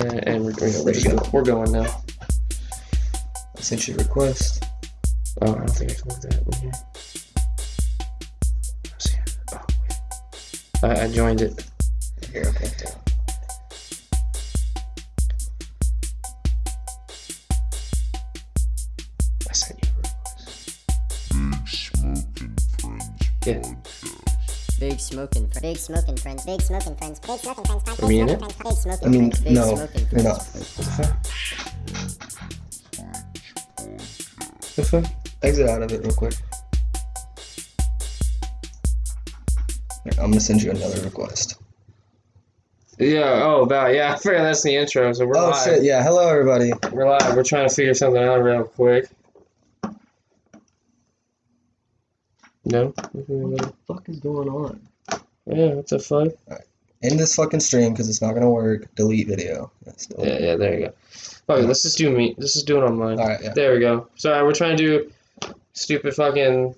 And we're, we're, ready to go. We're going now. I sent you a request. Oh, I don't think I can look that up in here. Let's see. Oh, wait. I, I joined it. You're okay. dude. I sent you a request. Yeah. Big smoking friends. Big smoking friends. Big smoking friends. Big smoking friends. Big Are we in smoking friends. Big smoking I mean, friends. Big no, smoking you're not. What the fuck? The fuck? Exit out of it real quick. Here, I'm gonna send you another request. Yeah, oh, about, yeah, I forgot that's the intro, so we're oh live. shit! Yeah, hello everybody. We're live. We're trying to figure something out real quick. No? fuck is going on? Yeah, what the fuck? End this fucking stream because it's not gonna work. Delete video. That's dope. Yeah, yeah, there you go. Okay, let's just do me. Let's just do it online. All right. Yeah. There we go. Sorry, we're trying to do stupid fucking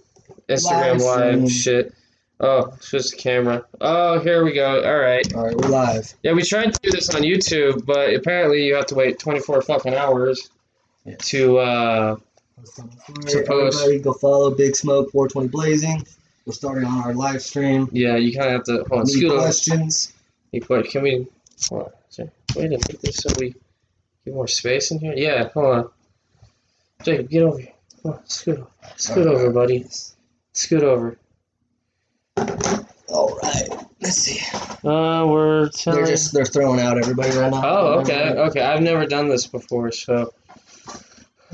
Instagram Live live, stream. shit. Oh, it's just a camera. Oh, here we go. All right. All right, we're live. Yeah, we tried to do this on YouTube, but apparently you have to wait 24 fucking hours Yeah. to, uh, Alright, everybody, go follow Big Smoke 420 Blazing. We're starting on our live stream. yeah, you kind of have to, hold on, Any scoot over. questions? You put, can we, hold on, is there a way to make this so we get more space in here? Yeah, hold on. Jacob, get over here. Come on, scoot over. Scoot over, buddy. Scoot over. All right. Let's see. Uh, we're They're telling. just they're throwing out everybody right now. Oh, okay, okay. I've never done this before, so.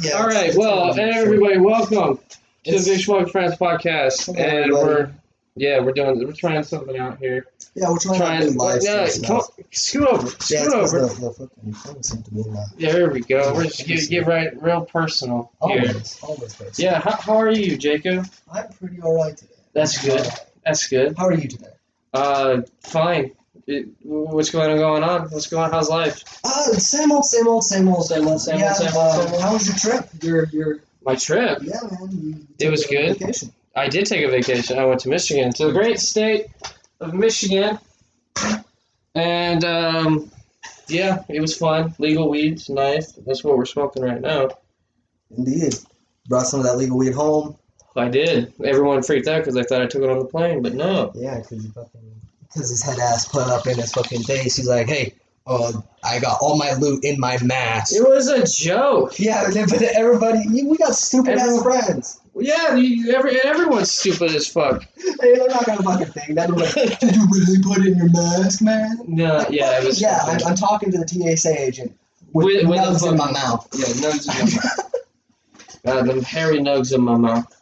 Yeah, All it's- right, it's well, really- everybody, welcome to the It's- Big Smoke Friends podcast, Come on, and everybody. we're yeah, we're doing we're trying something out here. Yeah, we're trying, Trying, to do live no, streams come now. on, scoot over, Yeah, scoot it's 'cause over. the, the fucking phone seemed to be loud. There we go. We're just get get right real personal here. Always, always. First. Yeah, how, how are you, Jacob? I'm pretty all right today. That's good. That's good. How are you today? Uh, fine. It- what's going on? Going on? What's going on? How's life? Uh, same old, same old, same old, Same old, same old, yeah, same old, uh, same old. How was your trip? Your your My trip. yeah, man. You It was took a good. Vacation. I did take a vacation. I went to Michigan, to the great state of Michigan, and um, yeah, it was fun. Legal weeds, nice. That's what we're smoking right now. Indeed. Brought some of that legal weed home. I did. Everyone freaked out because they thought I took it on the plane, but no. Yeah, because you fucking. Because his head ass put up in his fucking face. He's like, hey, uh, I got all my loot in my mask. It was a joke. Yeah, and then- but everybody, you- we got stupid ass Everyone- friends. Yeah, you, every, everyone's stupid as fuck. Hey, they're not gonna fucking think that. They're Like, Did you really put in your mask, man? No, Like, yeah, it fuck, was. yeah. I'm, I'm talking to the TSA agent with, With- with nugs the in my fucking- mouth. Yeah, nugs in my mouth. God, them hairy nugs in my mouth.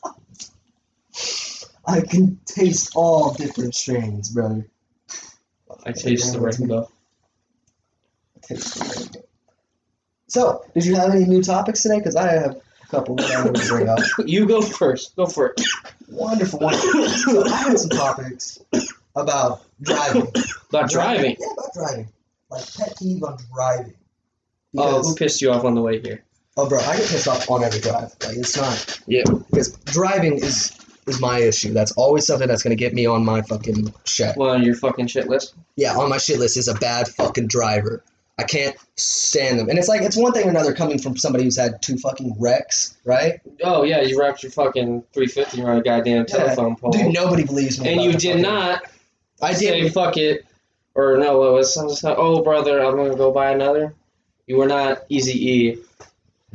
I can taste all different strains, brother. I taste the rainbow. Taste the rainbow. So, did you have any new topics today? Because I have a couple that I want to bring up. You go first. Go for it. Wonderful, wonderful. So I had some topics about driving. About driving. Yeah, about driving. Like pet peeve on driving. Oh, Because, who pissed you off on the way here? oh, bro, I get pissed off on every drive. Like it's not. Yeah. Because driving is is my issue. That's always something that's gonna get me on my fucking shit. Well, on your fucking shit list. yeah, on my shit list is a bad fucking driver. I can't stand them. And it's like it's one thing or another coming from somebody who's had two fucking wrecks, right? Oh yeah, you wrapped your fucking 350 around a goddamn Yeah. telephone pole, Dude, nobody believes me. and about you the did fucking- not I say did. fuck it, or no, what was some stuff? Oh brother, I'm gonna go buy another. You were not easy E.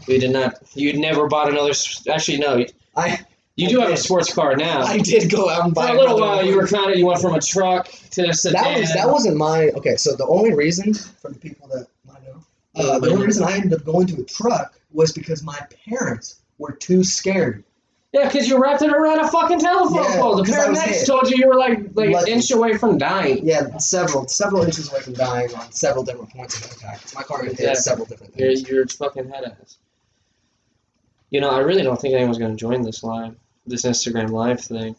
We did not. You never bought another. s- Actually, no. You, I you do I have a did. sports car now. I did go out and For buy a little another while, one. you were kind of you went from a truck to a sedan. That was that wasn't my okay. So the only reason for the people that might know, uh, the only reason I ended up going to a truck was because my parents were too scared. Yeah, because you wrapped it around a fucking telephone Yeah, pole. The 'cause I was paramedics hit. told you you were like like an Lucky. inch away from dying. Yeah, several several inches away from dying on several different points of impact. 'Cause My car hit Yeah. several different You're, things. you're fucking head ass. You know, I really don't think anyone's going to join this live, this Instagram live thing.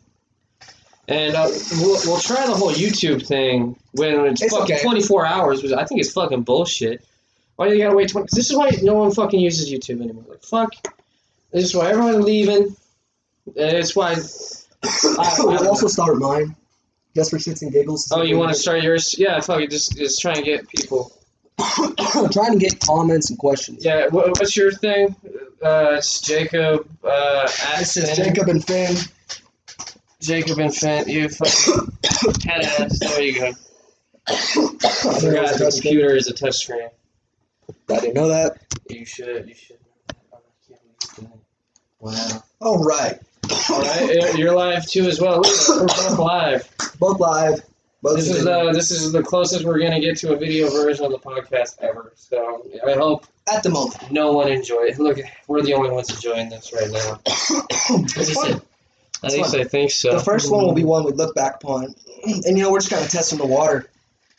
And uh, we'll, we'll try the whole YouTube thing when it's, It's fucking okay. 24 hours, which I think is fucking bullshit. Why do you gotta wait 20? 'cause This is why no one fucking uses YouTube anymore. Like, fuck. This is why everyone's leaving. It's why. I- I I'll don't also know. start mine, just for shits and giggles. Oh, you want to start yours? Yeah, fuck it. Just, just try and get people. trying to get comments and questions. Yeah, wha- what's your thing? Uh, it's Jacob. Uh, at This is Finn. Jacob and Finn. Jacob and Finn. You fucking head ass. There you go. I forgot the Justin. computer is a touchscreen. I didn't know that. You should. You should. Oh, I can't believe you did Wow. All right. it. All right, you're- you're live too as well. Look, We're both live. Both live. Both This is streaming. uh, this is the closest we're gonna get to a video version of the podcast ever. So I hope at the moment. no one enjoy it. Look, we're the only ones enjoying this right now. At least, I, at It's least fun. I think so. The first one will be one we look back upon, and you know we're just kind of testing the water.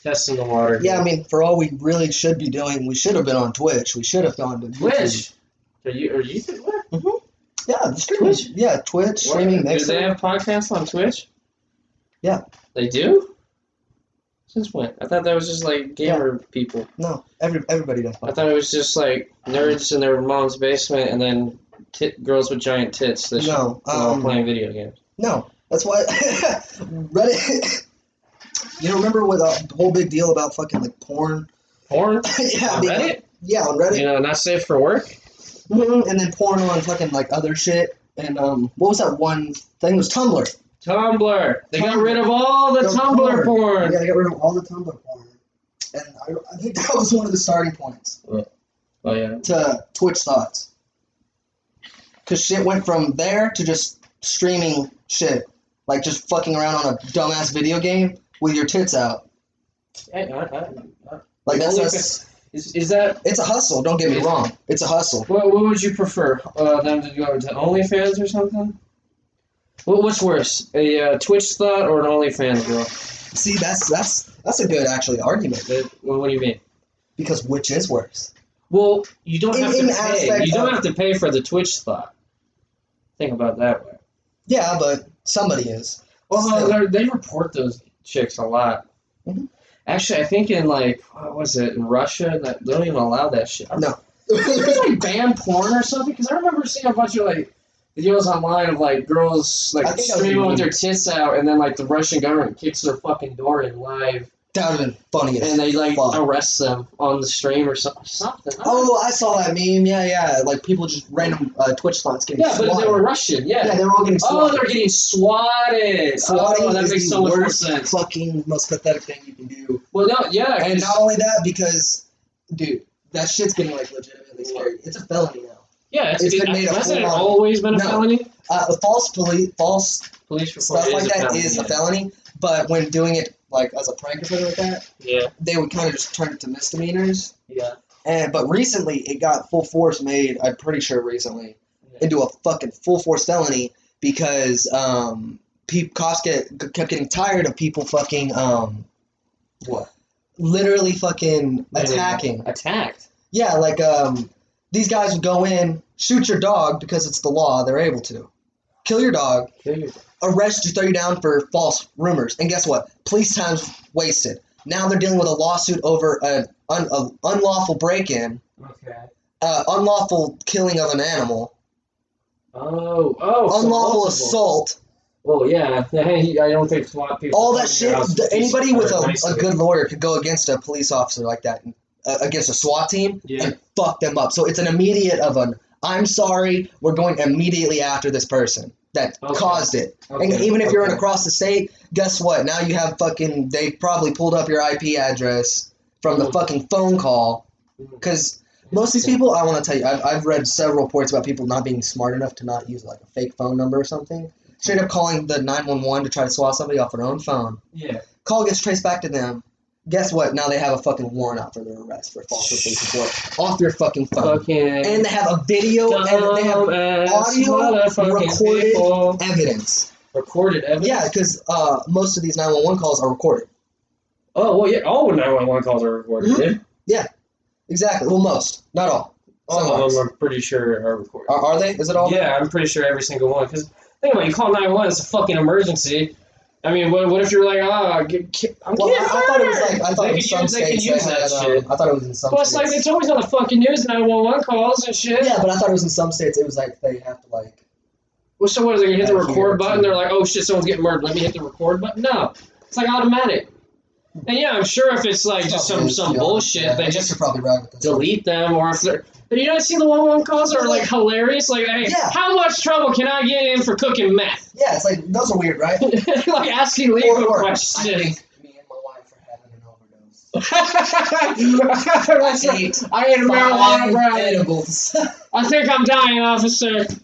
testing the water. Yeah, I mean, for all we really should be doing, we should have been on Twitch. We should have gone to YouTube. Twitch. Are you? Are you? What? Yeah, the streaming. Twitch? Yeah, Twitch streaming. do they Mixer. have podcasts on Twitch? Yeah. They do. Since when? I thought that was just like gamer people. No, every everybody does. I thought it was just like nerds in their mom's basement and then tit- girls with giant tits that should No, were all um, playing video games. no. That's why Reddit. You know, remember with uh, the whole big deal about fucking like porn? Porn yeah, on I mean, Reddit. yeah, on Reddit. You know, not safe for work. Mhm, and then porn on fucking like other shit. And um, what was that one thing? It was Tumblr. Tumblr. They got Tumblr. rid of all the The Tumblr porn. porn. Yeah, they got rid of all the Tumblr porn. And I, I think that was one of the starting points Oh yeah. to Twitch thoughts. Because shit went from there to just streaming shit. Like just fucking around on a dumbass video game with your tits out. Hey, I, I, I, Like that's, Only- that's is, is that it's a hustle. Don't get me wrong. It's a hustle. What, what would you prefer? Uh, them to go to OnlyFans or something? What, what's worse, a uh, Twitch thought or an OnlyFans girl? See, that's that's that's a good actually argument That- What, what do you mean? because which is worse? Well, you don't In- have to in pay. aspect You don't of- have to pay for the Twitch thought. Think about that way. Yeah, but somebody is. Well, Still. they're- they report those chicks a lot. Mhm. Actually, I think in like what was it in Russia? That they don't even allow that shit. No. There's like banned porn or something because I remember seeing a bunch of like videos online of like girls I like think that was streaming with me. their tits out and then like the Russian government kicks their fucking door in live that would have been funny. as and they like fuck. arrest them on the stream or something. Something. I don't know. Oh, I saw that meme. Yeah, yeah. Like people just random uh, Twitch thoughts getting yeah, but they swatted. were Russian. Yeah. yeah, they were all getting oh, swatted. they're getting swatted. Swatting oh, that is makes the so much more worst sense. fucking most pathetic thing you can do. Well, no, yeah, And 'cause- not only that, because dude, that shit's getting like legitimately scary. It's a felony now. yeah, it's, it's it, been made a hasn't it full-on- always been a No. felony? Uh, a false police, false Police report stuff is like a that felony, is yeah. a felony. But when doing it like as a prank or something like that, Yeah, they would kind of just turn it to misdemeanors. yeah. And but recently it got full force made. I'm pretty sure recently Yeah. into a fucking full force felony because um, peop cops get g- kept getting tired of people fucking um, What? literally fucking Literally. attacking. Attacked. Yeah, like um, these guys would go in, shoot your dog because it's the law. They're able to kill your dog, Kill your arrest you, throw you down for false rumors, and guess what? Police time's wasted. Now they're dealing with a lawsuit over an un- a unlawful break-in Okay. uh, unlawful killing of an animal, Oh, oh. so unlawful multiple. assault, Well, yeah. Hey, I don't think SWAT people. all that come to your shit. house th- and anybody just- with are a, nice a to good you. lawyer could go against a police officer like that, uh, against a SWAT team, Yeah. and fuck them up. So it's an immediate of an I'm sorry, we're going immediately after this person that Okay. caused it. and Okay, even if you're in okay. across the state, guess what? Now you have fucking. They probably pulled up your IP address from the Mm. fucking phone call Mm. because Most of these people, I want to tell you, I've, I've read several reports about people not being smart enough to not use like a fake phone number or something. Straight up calling the 911 to try to swat somebody off their own phone. Yeah. Call gets traced back to them. Guess what? Now they have a fucking warrant out for their arrest for false police report off your fucking phone. Fucking. And they have a video and they have dumbass audio motherfucking recorded- people. evidence. Recorded evidence. Yeah, because uh, most of these 911 calls are recorded. Oh well, yeah. All 911 calls are recorded. Mhm. dude. Exactly. Well, most. Not all. Some All of are. them, I'm pretty sure, are recorded. Are, are they? Is it all? Yeah, I'm pretty sure every single one. Because think about it, you call 911, it's a fucking emergency. I mean, what, what if you're like, ah, get, ki- I'm Well, I, getting I thought it was fired." like I thought they it could was some use, they could states that use that had, um, shit. I thought it was in some Plus, states. like, it's always on the fucking news, 911 calls and shit. Yeah, but I thought it was in some states. It was like they have to like. Well, so what, are they going to hit the Out here, record button? too. They're like, oh shit, someone's getting murdered. Let me hit the record button. No. It's like automatic. And yeah, I'm sure if it's like just some some bullshit, Yeah, I they guess just you're probably right with this. delete them. Or if they're, have you not seen the one one calls that are like hilarious? Like, hey, Yeah. how much trouble can I get in for cooking meth? Yeah, it's like those are weird, right? like asking Or- legal or, I questions. think me and my wife are having an overdose. That's I right. ate I ate a marijuana five brownie. edibles. I think I'm dying, officer. I think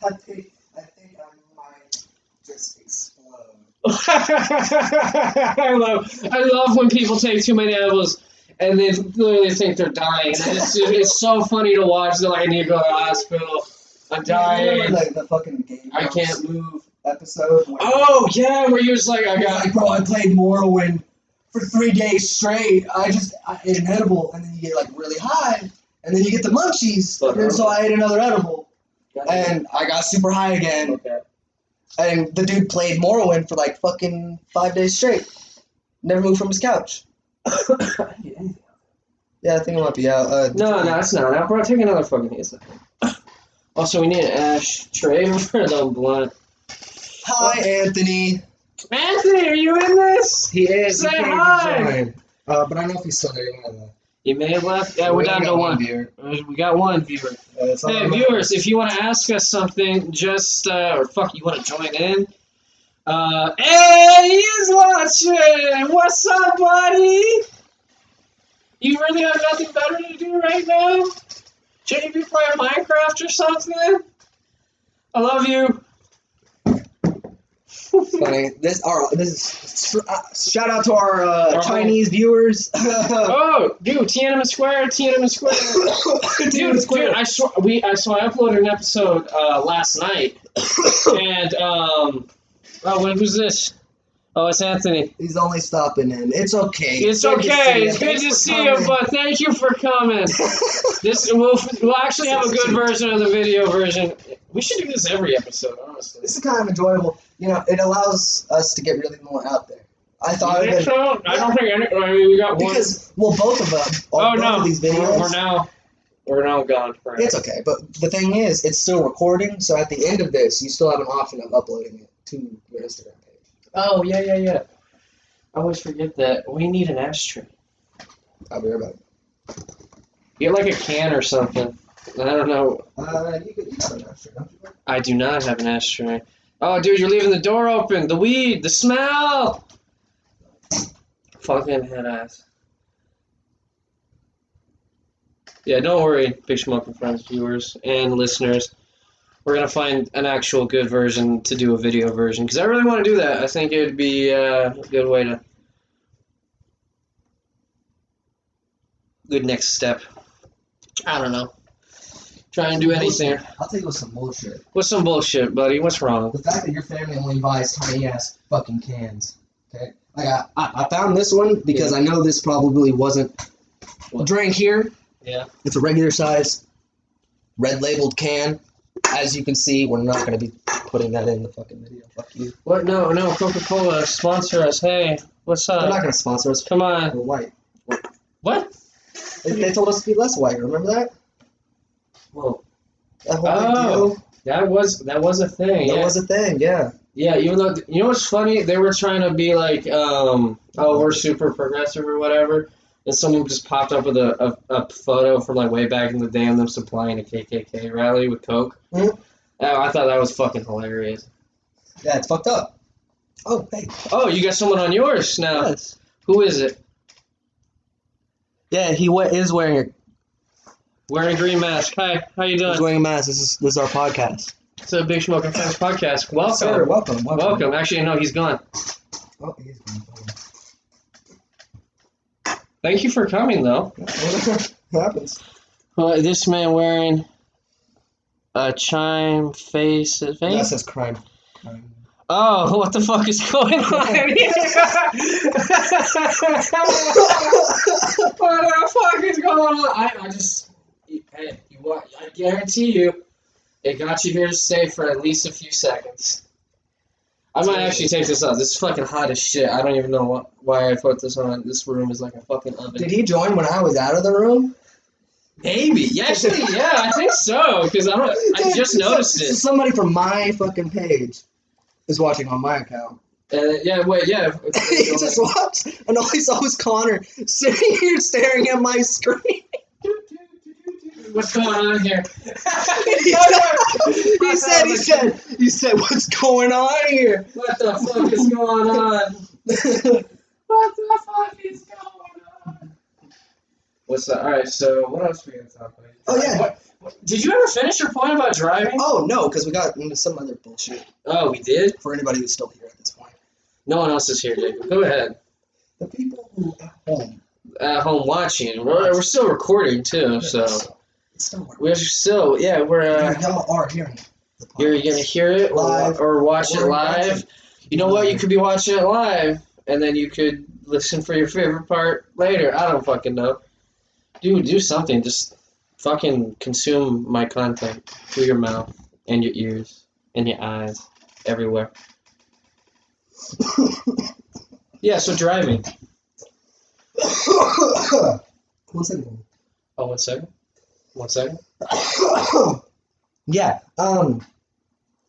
I think I might just explode. I love I love when people take too many edibles and they literally think they're dying. And it's it's so funny to watch. They're like, I need to go to the hospital. I'm dying. Remember, like the fucking game I Girls can't move. episode. Where Oh yeah, where you was like, I He's got like, bro, I played Morrowind for three days straight. I just I ate an edible, and then you get like really high, and then you get the munchies, Fuck, and so I ate another edible, and and I got super high again. And the dude played Morrowind for like fucking five days straight. Never moved from his couch. Yeah, I think it might be out. Uh, No, no, it's not. Now, bro, take another fucking hit. It's okay. Also, we need an ash tray for the blunt. Hi, Anthony. Anthony, are you in this? He is. Say hi. Uh, but I don't know if he's still there. You don't know. You may have left. Yeah, we're We down only to got one. viewer. We got one viewer. Uh, it's Hey, on- viewers, if you want to ask us something, just, uh, or fuck, you want to join in? Uh, hey, he's watching! What's up, buddy? You really have nothing better to do right now? Should you be playing Minecraft or something? I love you. Funny. This all right, This is uh, shout out to our uh, Our Chinese viewers. Oh, dude, Tiananmen Square, Tiananmen Square. dude, dude, dude, I swear, we I so I uploaded an episode uh, last night, and um, oh, what was this? Oh, it's Anthony. He's only stopping in. It's okay. It's Good to see okay. ya. It's good Thanks to for see you, coming. but thank you for coming. This we'll we'll actually have a good version of the video version. We should do this every episode, honestly. This is kind of enjoyable. You know, it allows us to get really more out there. I thought You think of it so? I don't think any. I mean, we got one. because well, both of them. oh both no, of these we're, videos. we're now we're now gone forever. It's okay, but the thing is, it's still recording. So at the end of this, you still have an option of uploading it to your Instagram page. oh yeah, yeah, yeah. I always forget that we need an ashtray. I'll be right back. Get like a can or something. I don't know. Uh, you could use an extra, don't you? I do not have an ashtray. Oh, dude, you're leaving the door open. The weed, the smell. Fucking head ass. Yeah, don't worry, Big Smoking Friends viewers and listeners. We're gonna find an actual good version to do a video version because I really want to do that. I think it'd be uh, a good way to. Good next step. I don't know. Try and do anything. I'll take you with some bullshit. What's some bullshit, buddy? What's wrong? The fact that your family only buys tiny ass fucking cans. Okay. Like I, I, I found this one because I know this probably wasn't What? drink here. Yeah. It's a regular size, red labeled can. As you can see, we're not gonna be putting that in the fucking video. Fuck you. What? No, no. Coca Cola sponsor us. Hey, what's They're not up? gonna sponsor us. Come on. We're white. What? They, they told us to be less white. Remember that? Well, That whole Oh, big that was that was a thing. Yeah. deal. That was a thing. Yeah. yeah. Even though you know what's funny, they were trying to be like, um, oh, we're super progressive or whatever, and someone just popped up with a, a, a photo from like way back in the day of them supplying a KKK rally with Coke. Mhm. Oh, I thought that was fucking hilarious. Yeah. It's fucked up. Oh, hey. Oh, you got someone on yours now. Yes. Who is it? Yeah. He wa- is wearing a Wearing a green mask. Hi, how you doing? he's wearing a mask. This is this is our podcast. It's a Big Smoke and Friends podcast. Sir, Welcome. welcome. Welcome. Welcome. Actually, no, he's gone. Oh, it is going forward. Thank you for coming, though. happens. Well, this man wearing a chime face. face? That says crime. crime. Oh, what the fuck is going on here? what the fuck is going on? I, I just, hey, you want, I guarantee you, it got you here to stay for at least a few seconds. I might actually take this off. This is fucking hot as shit. I don't even know what, why I put this on. This room is like a fucking oven. Did he join when I was out of the room? Maybe. Yeah, actually, yeah, I think so. Because I don't. I Dude, just so- noticed so it. Somebody from my fucking page is watching on my account. And Uh, yeah, wait, yeah. if- if- he just watched, and all he saw was Connor sitting here staring at my screen. What's going on here? he said, he said, he said, he said, what's going on here? What the fuck is going on? What the fuck is going on? What's that? All right, so what else we gonna talk about? Oh, yeah. What- what- did you ever finish your point about driving? oh no, because we got into some other bullshit Oh, we did. for anybody who's still here at this point. No one else is here, Jacob. Go ahead. The people who at home, At home watching. We're, we're still recording too, so it's still working. we're still yeah we're. Uh, y'all are hearing. The podcast. You're gonna hear it or, Live. or watch it Or live. watching. You know what? You could be watching it live, and then you could listen for your favorite part later. I don't fucking know. Dude, do something. Just fucking consume my content through your mouth and your ears and your eyes, everywhere. yeah. So driving. One second. Oh, one second. One second. yeah. Um,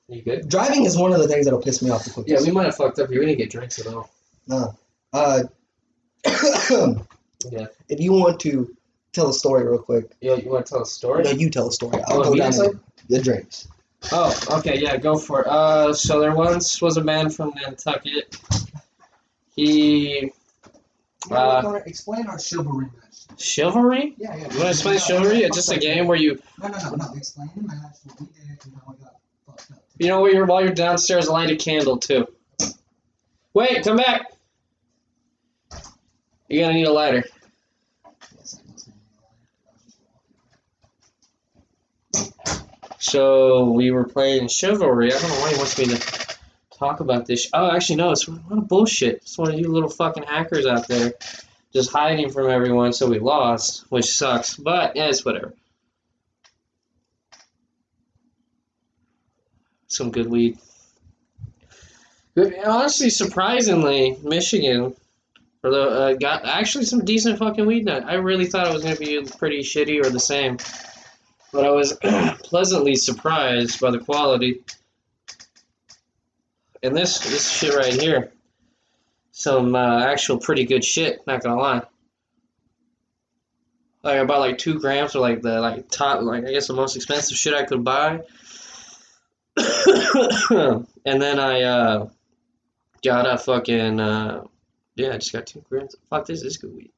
You good? driving is one of the things that'll piss me off the Yeah, quickest. we might have fucked up. here. We didn't get drinks at all. No. Uh, Yeah. if you want to tell a story real quick, Yo, you want to tell a story? no, you tell a story. I'll Oh, go me down next to the drinks. Oh, okay, yeah, go for it. Uh, so there once was a man from Nantucket. He Uh, explain our chivalry match. chivalry? Yeah, yeah. You want to explain chivalry? It's just a game where you, No, no, no, no. Explain the match, what we did, and how we got fucked up. you know, where you're while you're downstairs, light a candle too. Wait, come back. You're gonna need a lighter. So we were playing Chivalry. I don't know why he wants me to talk about this. Oh, actually, no. It's what a bullshit. It's one of you little fucking hackers out there, just hiding from everyone. So we lost, which sucks. But yeah, it's whatever. Some good weed. Good- Honestly, surprisingly, Michigan, or the, uh, got actually some decent fucking weed. Now I really thought it was gonna be pretty shitty or the same but I was pleasantly surprised by the quality. And this this shit right here, some uh, actual pretty good shit. Not gonna lie. Like I bought like two grams of like the like top like I guess the most expensive shit I could buy. and then I uh, got a fucking uh, yeah, I just got two grams. Fuck this, this is good weed.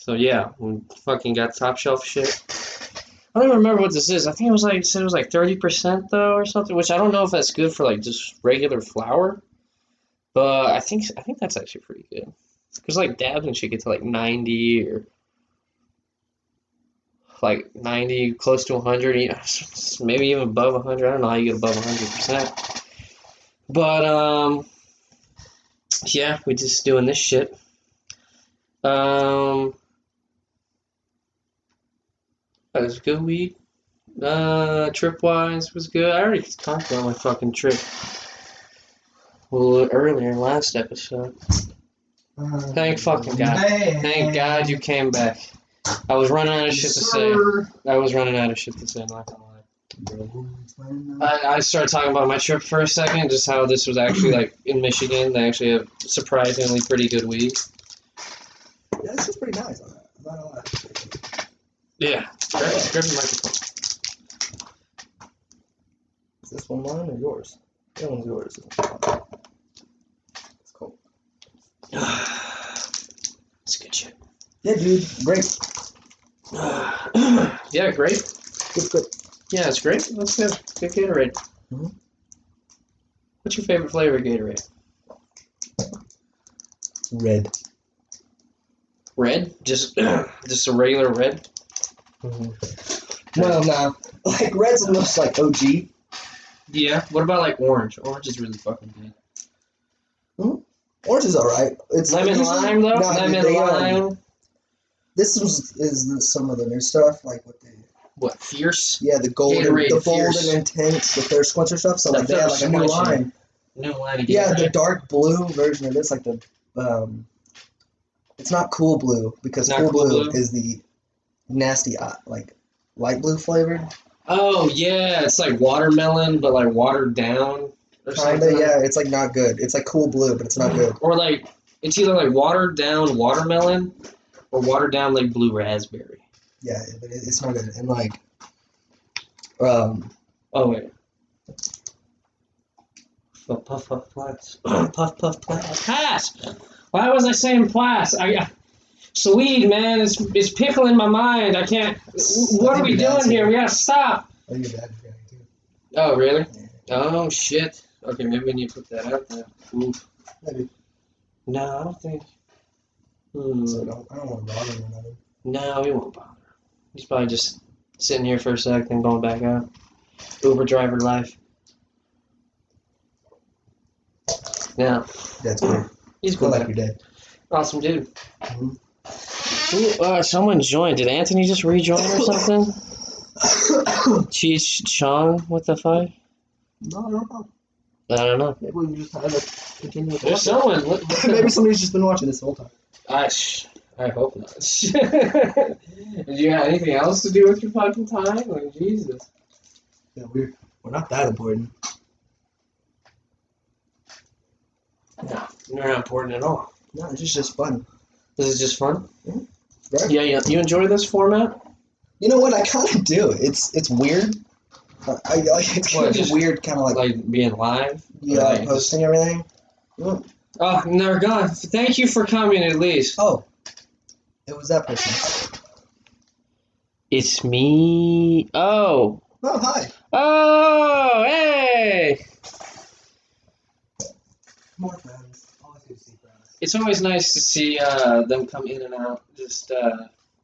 So yeah, we fucking got top shelf shit. I don't even remember what this is. I think it was like it said it was like thirty percent though or something, which I don't know if that's good for like just regular flour. But I think I think that's actually pretty good. Cause like dabs and shit get to like ninety or like ninety, close to hundred, maybe even above hundred. I don't know how you get above hundred percent. But um, yeah, we just doing this shit. Um, that was good weed. Uh, Tripwise was good. I already talked about my fucking trip. A little earlier in last episode. Thank fucking God. Thank God you came back. I was running out of shit to say. I was running out of shit to say, not gonna lie. Uh, I, I started talking about my trip for a second, just how this was actually like in Michigan. They actually have surprisingly pretty good weed. Yeah, this is pretty nice. I like it a lot. Yeah. Grab, grab the microphone. Is this one mine or yours? That one's yours. It's cool. It's good shit. Yeah, dude. Great. yeah, great. Good, good. Yeah, it's great. That's good. Good Gatorade. Mhm. What's your favorite flavor of Gatorade? Red. Red? Just just a regular red? Well, nah. Like, red's the most, like, OG. Yeah. What about like orange? Orange is really fucking good. Orange is alright. It's Lemon usually- lime though? Nah, dude, Lemon they, um, lime. This was, is the, some of the new stuff, like what they. What? Fierce? Yeah, the golden, Gatorade the bold Fierce. and intense, the thirst quencher stuff. So The like they have like Thirst a new Quencher. line. No line of Yeah, the Gatorade. dark blue version of this, like the um, it's not cool blue because Not cool Cool blue Blue? is the nasty uh, like light blue flavored. Oh yeah, it's like watermelon, but like watered down or Kinda, something. yeah. It's like Mm-hmm. not good. It's like cool blue, but it's not good. Or like it's either like watered down watermelon or watered down like blue raspberry. Yeah, but it- it's not good. And like, um, Oh wait. Puff puff puff plus. puff puff plus. Pass. Why was I saying plus? I I- Swede man, it's it's pickling my mind. I can't. What are we doing here? We gotta stop. I think your dad is driving, too. Oh really? Oh shit. Okay, maybe we need to put that out there. Oof. Maybe. No, I don't think. Hmm. So I don't, I don't want to bother him or nothing. No, he won't bother. He's probably just sitting here for a sec, then going back out. Uber driver life. Now That's cool. he's I cool. guy. like your dad. Awesome dude. Mhm. Who, uh, someone joined. Did Anthony just rejoin or something? Cheech Chong? What the fuck? No, no problem. I don't know. Maybe we can just have a continue with There's someone. What, what the- Maybe somebody's just been watching this the whole time. I, sh- I hope not. Did you have anything else to do with your fucking time? Like, Jesus. Yeah, we're we're not that important. No, they're not important at all. No, it's just just fun. This is just fun. Yeah. Right. Yeah, yeah. You enjoy this format? You know what? I kind of do. It's it's weird. I, I like it's What, kind of just- weird, kind of like, Like being live? yeah, like- posting everything. Oh, and they're gone. Thank you for coming at least. Oh, it was that person. It's me. Oh. Oh, hi. Oh, hey. More friends. Always good to see friends. It's always nice to see uh, them come in and out. Just, uh,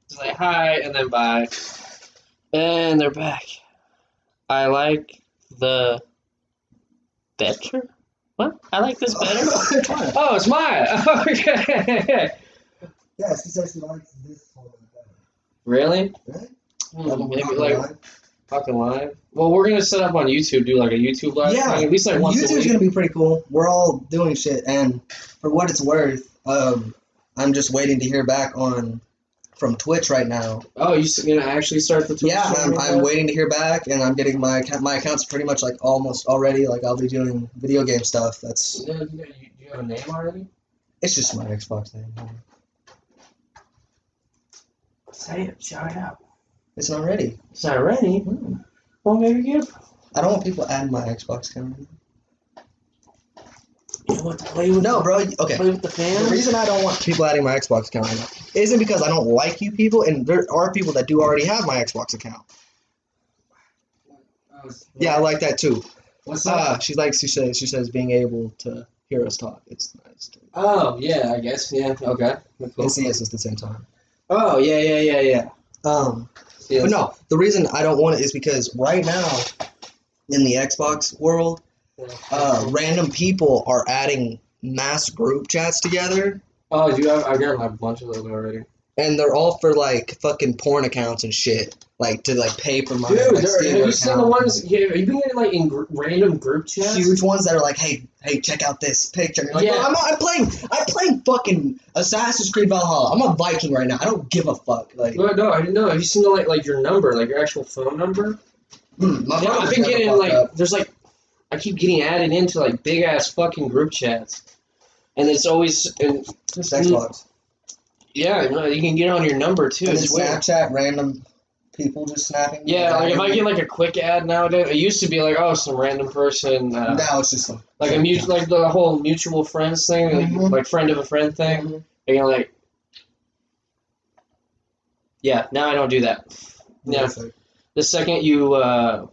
just like hi and then bye. And they're back. I like the better. What? I like this better. better? oh, it's Maya. okay. yeah, she says she likes this one better. Really? Right? Hmm, That one we're maybe not like gonna lie. fucking live. Well, we're gonna set up on YouTube, do like a YouTube live Yeah, thing, at least like once a YouTube's week. gonna be pretty cool. We're all doing shit, and for what it's worth, um, I'm just waiting to hear back on from Twitch right now. Oh, you s- gonna actually start the Twitch Yeah, stream I'm, right I'm now? waiting to hear back, and I'm getting my account. My account's pretty much like almost already. Like I'll be doing video game stuff. That's No, no, you, you have a name already? it's just my Xbox name. Say it. Shout it out. It's not ready. It's not ready. Hmm. Well, maybe give. I don't want people adding my Xbox account. You want to play with No, bro. Okay. play with the The fans? reason I don't want people adding my Xbox account right now isn't because I don't like you people, and there are people that do already have my Xbox account. Yeah, I like that too. What's up? Ah, she likes she says she says being able to hear us talk. It's nice. To, oh, yeah, I guess. Yeah. Okay. Cool. And see us at the same time. Oh, yeah, yeah, yeah, yeah. Um, See, But no, the reason I don't want it is because right now, in the Xbox world, uh, random people are adding mass group chats together, oh, you have? I got a bunch of those already. and they're all for like fucking porn accounts and shit, like to like pay for my Dude, like, there, have Steam you seen the account. ones? Here, have you been in like in gr- random group chats? Huge ones that are like, hey, hey, check out this picture. You're like, Yeah. "No, I'm, not- I'm playing, I'm playing fucking Assassin's Creed Valhalla. I'm a Viking right now. I don't give a fuck. Like, No, no, I didn't know. Have you seen the, like like your number, like your actual phone number? mm, my Yeah, brother I've been never getting fucked like up. there's like I keep getting added into like big ass fucking group chats, and it's always and It's Xbox. yeah, no, you can get on your number too. and then It's weird. Snapchat, random people just snapping. Yeah, like if I Adding get like a quick ad nowadays, it used to be like oh some random person uh, Now it's just like, like a mut- like the whole mutual friends thing, like, Mhm. like friend of a friend Mm-hmm. thing. And you're like, yeah, now I don't do that. Yeah. It's like, the second you uh,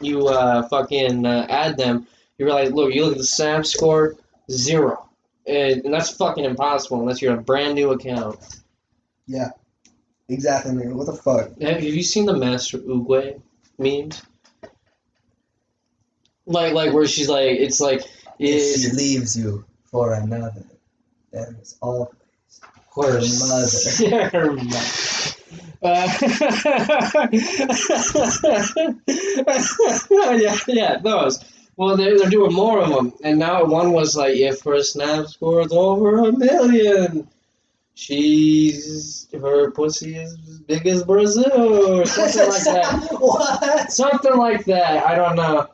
you uh, fucking uh, add them, you realize, look, you look at the SAP score, zero, and, and that's fucking impossible unless you're a brand new account. exactly, man. What the fuck? Have, have you seen the Master Oogway memes? Like, like where she's like, it's like, If she it's leaves you for another, that is all. her mother. Her mother. Uh, yeah, yeah, those. Well, they're, they're doing more of them. And now one was like, if her snap score's over a million, She's her pussy is as big as Brazil or something like that. what? Something like that. I don't know.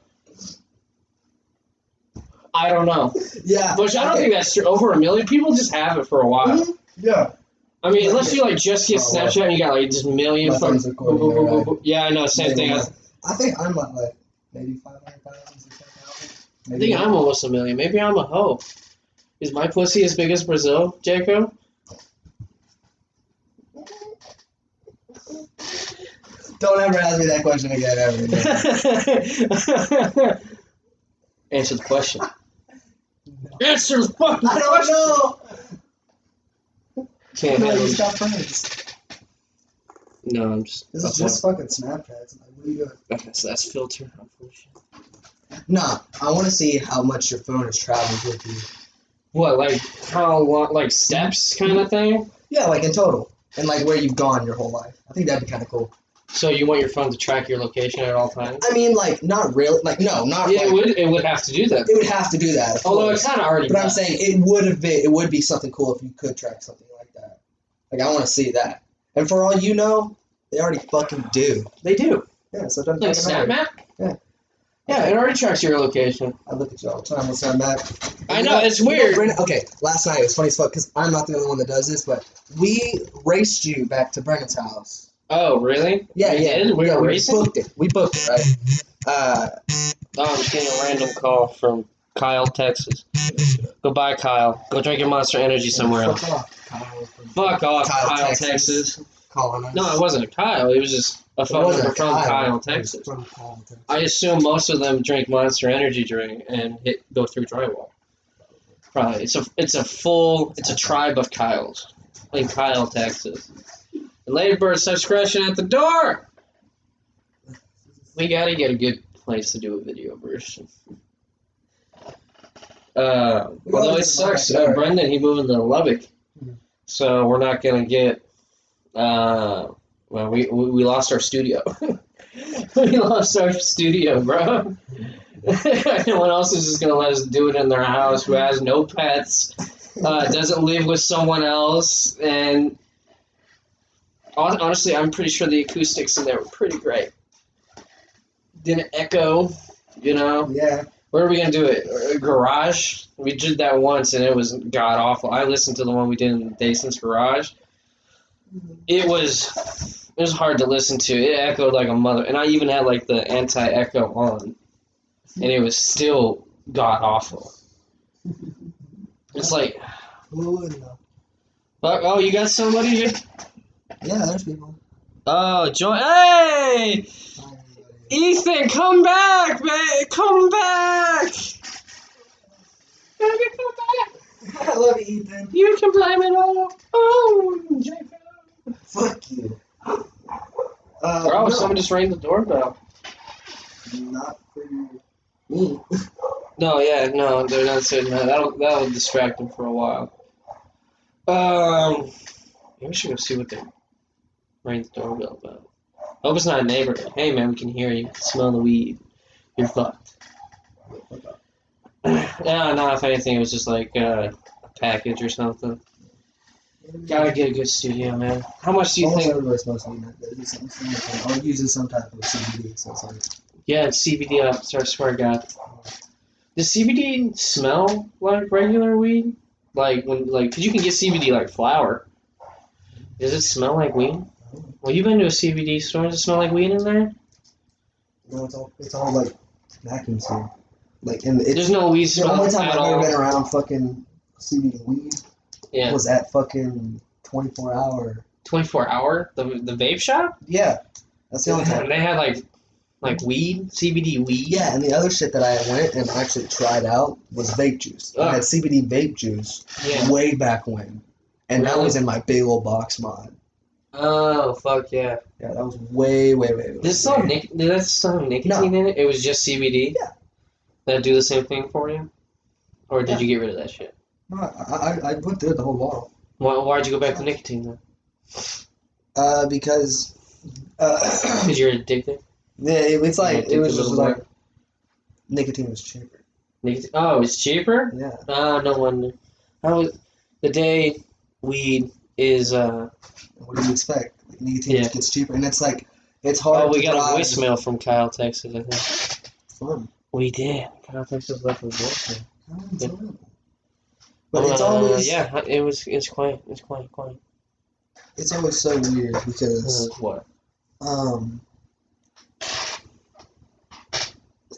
I don't know. Yeah. But I don't okay. think that's true. Over a million people just have it for a while. Mhm. Yeah. I mean, unless you like just get Oh, wow. Snapchat and you got like just million My from. phone's recording, boop, boop, never boop, boop. Yeah, I know. Same thing. I I think I'm at like maybe 500,000, 600,000. I think I'm almost a million. Maybe I'm a hoe. Is my pussy as big as Brazil, Jacob? Don't ever ask me that question again, ever. Answer the question. Answer the fucking I don't question. know. Can't no, handle you it. stop friends. No, I'm just. This that's is just fucking Snapchat. It's Like, what are you doing? not- okay, so that's filter. unfortunately. Nah, I want to see how much your phone has traveled with you. What, like how long, like steps kind of thing? Yeah, like in total, and like where you've gone your whole life. I think that'd be kind of cool. So you want your phone to track your location at all times? I mean, like not really, like no, not Yeah, like it would. It would have to do that. it would have to do that. of Although course. it kind of already. But I'm does. saying it would have been it would be something cool if you could track something like that. Like I want to see that. And for all you know, they already fucking do. they do. Yeah, so it doesn't Like fucking matter. SnapMap. Yeah. Yeah, it already tracks your location. I look at you all the time on SnapMap. I know, it's You weird. Brenna- okay, last night it was funny as fuck because I'm not the only one that does this, but we raced you back to Brennan's house. Oh, really? Yeah, We yeah, did? We yeah, were we racing? booked it. We booked it, right? Uh, Oh, I'm just getting a random call from Kyle, Texas. Goodbye, Kyle. Go drink your Monster Energy somewhere fuck else. off, Kyle, for Fuck off, Kyle, Kyle, Texas. Texas. calling us. No, it wasn't a Kyle. It was just a phone wasn't number a from Kyle, Kyle. Texas. From Kyle, Texas. I assume most of them drink Monster Energy drink and hit go through drywall. Probably. It's a it's a full it's a tribe of Kyles in Kyle, Texas. The lady bird starts scratching at the door. We gotta get a good place to do a video version. Uh, We gotta although do it it sucks, like that. uh, Brendan he moving to Lubbock, Mhm. so we're not gonna get. Uh, well, we, we we lost our studio. we lost our studio, bro. Everyone else is just gonna let us do it in their house. Who has no pets, uh, doesn't live with someone else, and hon- honestly, I'm pretty sure the acoustics in there were pretty great. Didn't echo, you know. Yeah. Where are we gonna do it? A garage? We did that once and it was god awful. I listened to the one we did in Dayson's garage. It was it was hard to listen to. It echoed like a mother, and I even had like the anti echo on, and it was still god awful. It's like, Who wouldn't know? fuck, oh, you got somebody here? Yeah, there's people. Oh, join! Hey, Ethan, come back, man! Come back! Baby, come back! I love you, Ethan. You can blame it all. Oh, Jacob. Fuck you. Uh, Bro, no, someone just rang the doorbell. not for me. No, yeah, no, they're not saying that. That'll that'll distract them for a while. Um, maybe we should go see what they rang the doorbell about. Hope it's not a neighbor. Hey, man, we can hear you. We can smell the weed. You're fucked. no, no. If anything, it was just like uh, a package or something. Gotta get a good studio, man. How much do you Almost think? everybody's supposed to be that. There's some- some- some- Or uses some type of CBD. So it's like, Yeah, it's CBD officer, I swear to God. Does CBD smell like regular weed? Like when, like, 'cause you can get CBD like flower. Does it smell like weed? Well, you've been to a CBD store. Does it smell like weed in there? no, it's all, it's all like vacuum sealed. Like, and it's There's no weed the smell only time at I've ever all. been around fucking CBD weed Yeah, was at fucking 24 hour. 24 hour the the vape shop. Yeah, that's the only time. They had like like weed, CBD weed. Yeah, and the other shit that I went and actually tried out was vape juice. I had CBD vape juice Ah. Yeah. way back when, and that Really? was in my big old box mod. Oh fuck yeah. Yeah, that was way, way, way. way Does it way- still have nic- does that still have nicotine in it? It was just CBD. Yeah. That do the same thing for you, or did Yeah. you get rid of that shit? No, I, I, I went through the whole bottle. Why, why'd you go back to nicotine then? Uh, because, uh, Because you're addicted. yeah, it, it's like it Addicted was to just the like nicotine was cheaper. Nicotine. Oh, it's cheaper. Yeah. Ah, no wonder. I was the day weed is uh What do you expect? Like, nicotine Yeah. just gets cheaper, and it's like it's hard. oh we to got a drive. voicemail from Kyle Texas I think Fun. we did Kyle Texas left a voicemail How enjoyable. But it's Uh, always yeah it was it's quite it's quite quite it's always so weird because what Uh-huh. um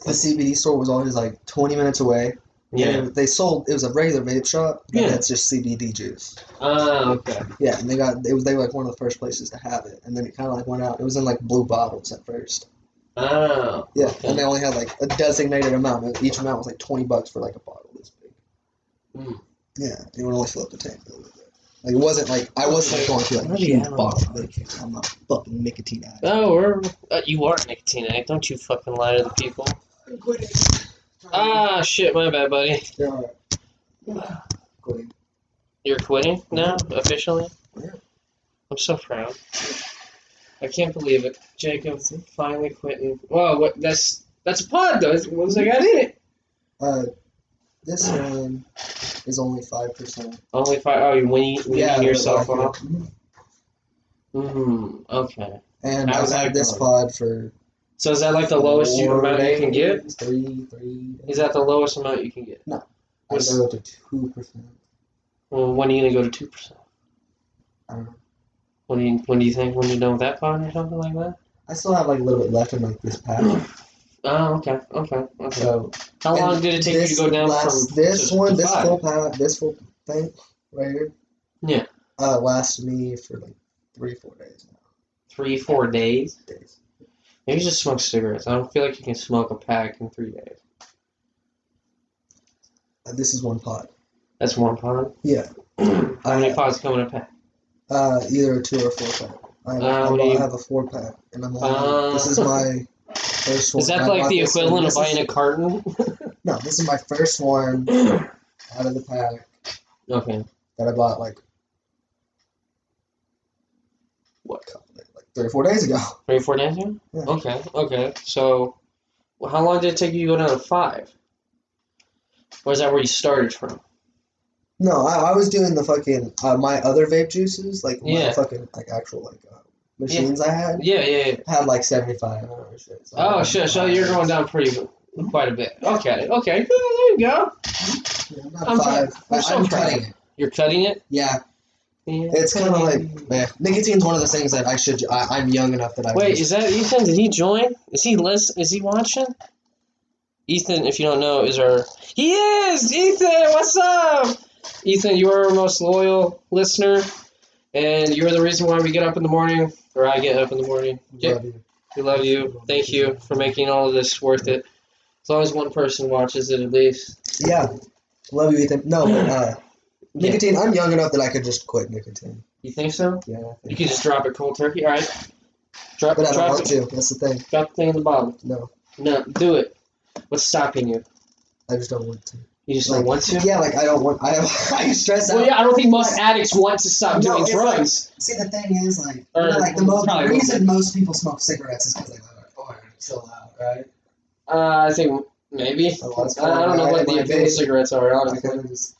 the CBD store was always like 20 minutes away. yeah And they sold it was a regular vape shop, but Yeah. that's just CBD juice. ah okay Yeah, and they got it was they were like one of the first places to have it, and then it kind of like went out. It was in like blue bottles at first. oh Yeah, okay. and they only had like a designated amount. and Each amount was like twenty bucks for like a bottle this big. Mm. Yeah, it would only fill up the tank a little bit. Like it wasn't like I wasn't like going through like Why do you huge have a bottles. bottle? Like, I'm not fucking nicotine addict. oh we're uh, you are a nicotine addict don't you fucking lie to the people I'm quitting. ah shit my bad buddy Yeah, all right. Quitting. you're quitting now officially Yeah. I'm so proud I can't believe it Jacob finally quitting wow what that's that's a pod though it's- once I got in it Uh, this one is only five percent. Only five. Oh, you're weaning, weaning Yeah, yourself but, like, off. Mm, okay. And How's I've had that this pod for So is that like the lowest you four amount you can get? days, Three, three. Is that the lowest amount you can get? I go up to two percent. Well, when are you gonna go to two percent? I don't know. When do you when do you think when you're done with that pod or something like that? I still have like a little bit left in like this pack. Oh, okay, okay, okay. So How long and did it take you to Uh, this go down last- from this to- one, to this five? full pack, this full thing right here? Yeah. Uh, lasts me for like three, four days. Three, four days. days. Maybe just smoke cigarettes. I don't feel like you can smoke a pack in three days. Uh, this is one pod. That's one pod. Yeah. How many Uh, pods come in a pack? Uh, either a two or a four pack. I, Uh, what I, do you- have a four pack, and I'm like, Uh, this is my first one. Is that I like bought the this one. equivalent of This is- buying a carton? No, this is my first one out of the pack. okay. that I bought like what couple days, like three or four days ago. Three, four days in? Yeah. Okay, okay. So, well, how long did it take you to go down to five? Or is that where you started from? No, I, I was doing the fucking uh, my other vape juices, like my Yeah. fucking like actual like uh, machines I had Yeah, yeah, yeah. had like seventy five hours. Shit, so I Oh, had, shit. So uh, you're going down pretty quite a bit. Okay, okay. There you go. yeah, I'm not I'm five. I'm I'm, so I'm proud. cutting it. You're cutting it? Yeah, Yeah. it's kind of like eh. nicotine's one of those things that I should. I, I'm young enough that I Wait, just- is that Ethan? Did he join? Is he listen? Is he watching? Ethan, if you don't know, is our he is Ethan. What's up, Ethan? You are our most loyal listener, and you're the reason why we get up in the morning, or I get up in the morning. Yeah, Love you. we love you. Thank you for making all of this worth it. As long as one person watches it, at least. yeah, love you, Ethan. No, but uh, Yeah. nicotine. I'm young enough that I could just quit nicotine. You think so? Yeah, I You think. can just drop it cold turkey. All right. Drop, but I don't drop, want it, to. That's the thing. drop the thing in the bottom. No, No, do it. What's stopping you? I just don't want to. You just don't want to. Yeah, like I don't want. I have. I stress out. Well, yeah, I don't think most addicts want to stop No, doing it's drugs. See, the thing is, like, Or- you know, like the most Uh, probably the a little reason most people smoke cigarettes is because they like, oh, I'm chill out, right? uh, I think maybe. A lot of I, I don't know what the like, appeal of cigarettes are. I Honestly, kind of just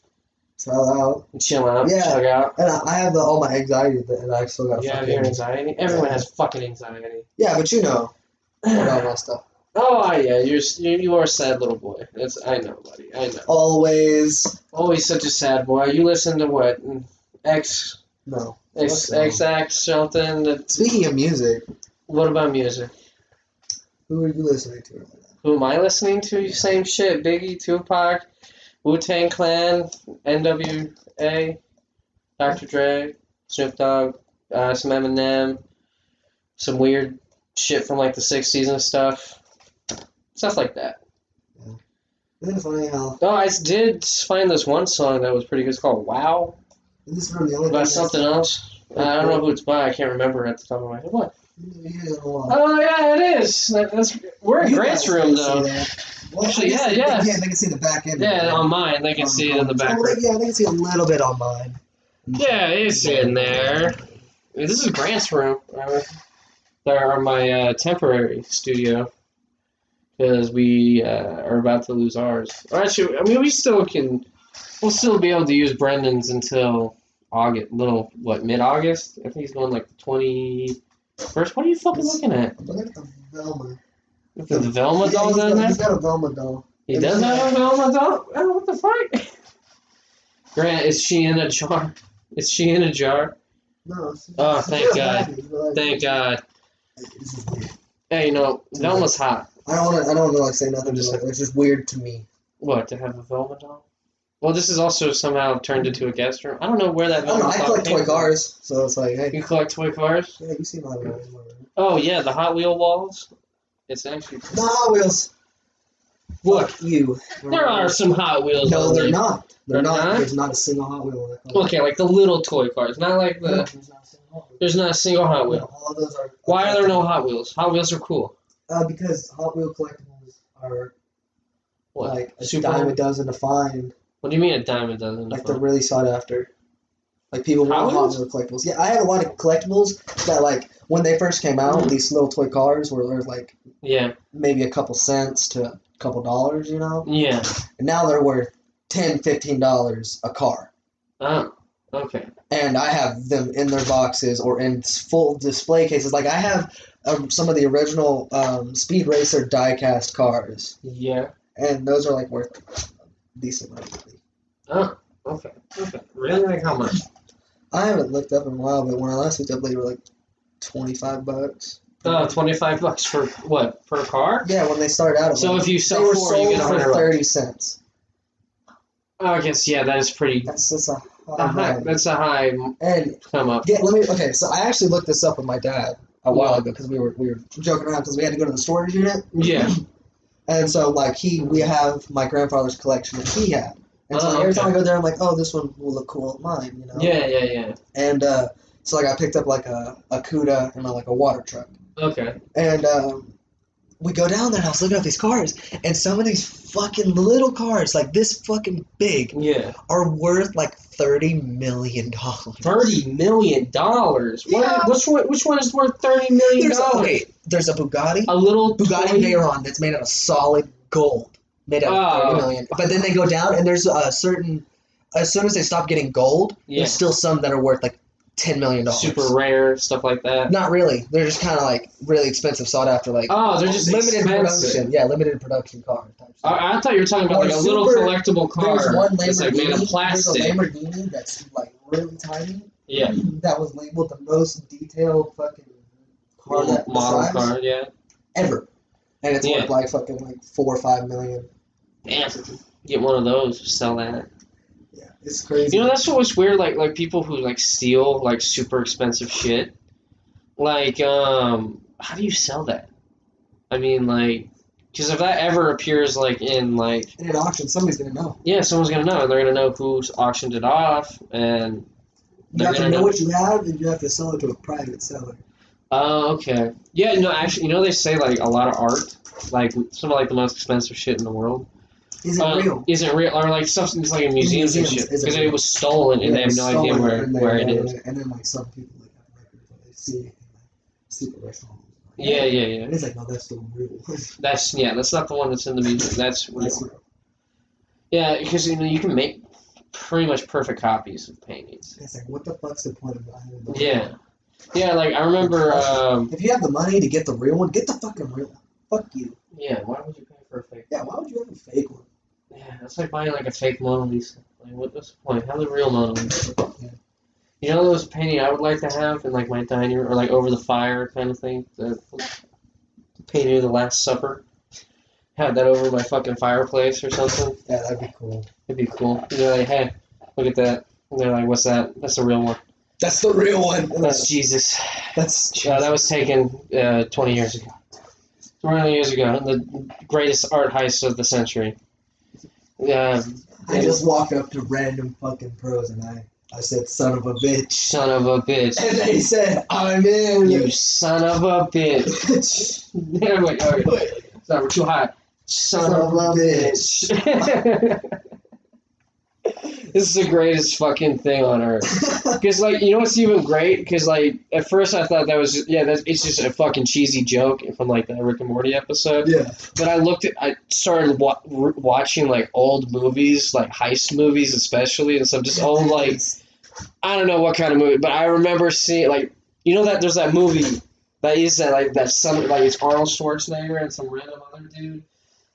chill out, chill out, Yeah. Oh, chug out. and I, I have the, all my anxiety that and I still got. You have fucking- your anxiety. Everyone has fucking anxiety. yeah, but you know, about my stuff. Oh yeah, you're s- you, you are a sad little boy. That's I know, buddy. I know. Always Always such a sad boy. You listen to what X no. X Fuck no. X X something. That, Speaking of music, what about music? who are you listening to? right now? Who am I listening to? Same shit. Biggie, Tupac, Wu Tang Clan, N.W.A., Dr. Dre, Snoop Dogg, uh, some Eminem, some weird shit from like the '60s and stuff, stuff like that. Isn't it funny how Oh, I did find this one song that was pretty good. It's called "Wow" this room the only by thing that's- something else. I don't know who it's by. I can't remember at the top of my head. What? You hear it a lot. Oh yeah, it is. That- That's we're in You Grant's guys room can see though. that. Well, I Actually, guess yeah, they- yeah. yeah, they can see the back end. of it, Yeah, right? on mine. They can see it in the Oh, back. they- yeah, they can see a little bit on mine. Yeah, it's in there. This is Grant's room. Uh, there are my uh, temporary studio because we uh, are about to lose ours. Or actually, I mean, we still can. We'll still be able to use Brendan's until August, little what mid August. I think he's going like the twenty first. What are you fucking It's- looking at? I'm looking at the Velma. If the Velma He's got- doll's he's in got- there. He's got a Velma doll. He does have a Velma doll. Oh, what the fuck? Grant, is she in a jar? Is she in a jar? No. It's, Oh, it's a thank real God. package, but, like, Thank God. It's just weird. Hey, you know Velma's hot. I don't want to. I don't want to like say nothing. I'm just Just like, it's just weird to me. What to have a Velma doll? Well, this is also somehow turned into a guest room. I don't know where that I don't Velma know. I doll collect came toy from. cars, so it's like, hey, You collect toy cars? yeah, you see my wheels. Oh yeah, the Hot Wheel walls. It's actually The Hot Wheels. Look. Fuck you. there are some Hot Wheels. No, on they're there. not. They're They're not. not? There's not a single Hot Wheel. in that collection. Okay, like the little toy cars, not like No, the. there's not a single Hot Wheel. There's not a single Hot Wheel. No, all of those are. Why are there no Hot Wheels? Hot Wheels are cool. Uh, because Hot Wheel collectibles are What? like a Super- dime a dozen to find, What do you mean a diamond doesn't? like Like they're really sought after. Like people Hot want Hot Wheel collectibles. Yeah, I had a lot of collectibles that like when they first came out, Mhm. these little toy cars were worth, like yeah, maybe a couple cents to a couple dollars, you know. yeah. And now they're worth ten, fifteen dollars a car. Oh, okay. And I have them in their boxes or in full display cases. Like I have um, some of the original um, Speed Racer diecast cars. Yeah. and those are like worth a decent money. Oh, okay. Okay. Really? Like how much? I haven't looked up in a while, but when I last looked up, they were like twenty-five bucks. Uh, twenty-five bucks for what? Per car? Yeah, when they started out, it So was- if you they sell were four, you sold get a for hundred. bucks. thirty cents. Oh, I guess yeah. That is pretty. That's that's a high. A high, value. that's a high And come up. yeah, let me. Okay, so I actually looked this up with my dad a while ago because we were we were joking around because we had to go to the storage unit, Yeah. and so like he we have my grandfather's collection that he had. And so Oh, like, every okay. time I go there, I'm like, oh, this one will look cool at mine, you know. Yeah. Yeah. Yeah. And uh, so like I picked up like a a Cuda and like a water truck. Okay. And um, we go down there, and I was looking at these cars, and some of these fucking little cars, like this fucking big, Yeah. are worth like thirty million dollars. Thirty million dollars. What? Yeah. Which one? Which one is worth thirty million There's a, dollars? okay, there's a Bugatti, A little Bugatti toy- Veyron that's made out of solid gold, made out of Oh. thirty million. But then they go down, and there's a certain. As soon as they stop getting gold, Yeah. there's still some that are worth like ten million dollars. Super rare stuff like that. Not really. They're just kind of like really expensive, sought after, like Oh, they're just limited expensive. production. Yeah, limited production car. Type stuff. I, I thought you were talking about Or like a little super- collectible car There's one that's Lamborghini. like made of There's a plastic. Lamborghini that's like really tiny. Yeah, That was labeled the most detailed fucking car little that model size car. Yeah, ever, and it's Yeah. worth like fucking like four or five million. damn. Get one of those. Sell that. Yeah, it's crazy. You know that's what's weird. Like like people who like steal like super expensive shit. Like um, how do you sell that? I mean like, because if that ever appears like in like In an auction, somebody's gonna know. yeah, someone's gonna know and they're gonna know who's auctioned it off and You They're have to gonna know know. what you have, and you have to sell it to a private seller. Oh, okay. Yeah, no, actually, you know they say like a lot of art, like some of like the most expensive shit in the world, Is it uh, real? isn't real, or like something's like in museums and museums, shit is it because real? it was stolen and Yeah, they have it's no idea stolen, where and they- where it and is. then- And then like some people like have records when they see it, and, like, super restaurants. Yeah, yeah, yeah. And it's like, no, that's the real one. That's yeah. That's not the one that's in the museum. That's real. That's real. Yeah, because you know you can make pretty much perfect copies of paintings. It's like, what the fuck's the point of buying the Yeah, yeah. Like I remember. Um, If you have the money to get the real one, get the fucking real one. Fuck you. yeah. Why would you pay for a fake? Yeah, why would you have a fake one? Yeah, that's like buying like a fake Mona Lisa. Like, what, what's the point? Have the real Mona Lisa. Yeah. You know those painting I would like to have in like my dining room or like over the fire kind of thing. The painting of the Last Supper. Have that over my fucking fireplace or something. Yeah, that'd be cool. It'd be cool. You know, like, hey, look at that. And they're like, what's that? That's a real one. That's the real one. That's Jesus. that's Yeah, that was taken uh, 20 years ago. 20 years ago, the greatest art heist of the century. Uh, Yeah, I just walked up to random fucking pros and I, I said, son of a bitch. son of a bitch. And they said, I'm in. You son of a bitch. I'm like, okay, sorry, we're too high. Son of a bitch. this is the greatest fucking thing on earth. Because, like, you know what's even great? Because, like, at first I thought that was, just, yeah, that's, it's just a fucking cheesy joke from, like, that Rick and Morty episode. yeah. But I looked at, I started wa- watching, oh, like, old movies, like, heist movies especially, and some just old, like, I don't know what kind of movie, but I remember seeing like you know that there's that movie that is that like that some like it's Arnold Schwarzenegger and some random other dude.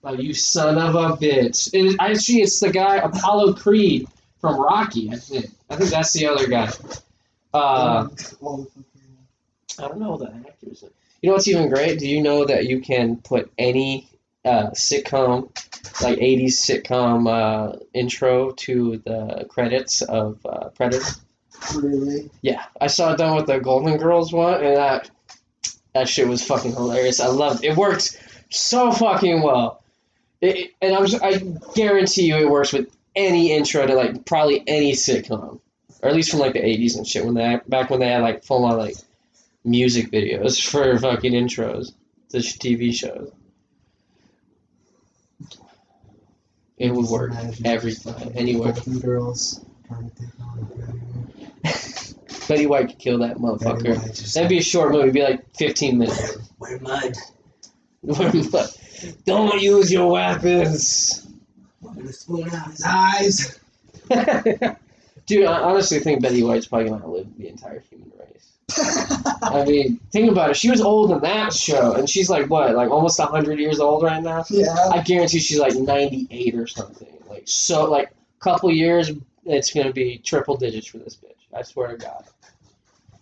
Like you son of a bitch! And actually, it's the guy Apollo Creed from Rocky. I think I think that's the other guy. Uh, I don't know the actors. You know what's even great? Do you know that you can put any uh, sitcom, like '80s sitcom uh, intro to the credits of uh, Predator? Really? Yeah, I saw it done with the Golden Girls one, and that that shit was fucking hilarious. I loved it. It works so fucking well. It, it- and I'm s- I guarantee you it works with any intro to like probably any sitcom, or at least from like the '80s and shit when they back when they had like full on like music videos for fucking intros to sh- TV shows. It would work every time, anywhere. Golden Girls. Trying to think how I'm doing. Betty White could kill that motherfucker. Everybody just- That'd be a short movie. It'd be like 15 minutes. We're mud. Don't use your weapons. We're gonna spoon out his eyes. Dude, I honestly think Betty White's probably going to outlive the entire human race. I mean, think about it. She was old in that show, and she's like, what, like almost 100 years old right now? yeah. I guarantee she's like 98 or something. Like, so, like, couple years, it's going to be triple digits for this bitch. I swear to God.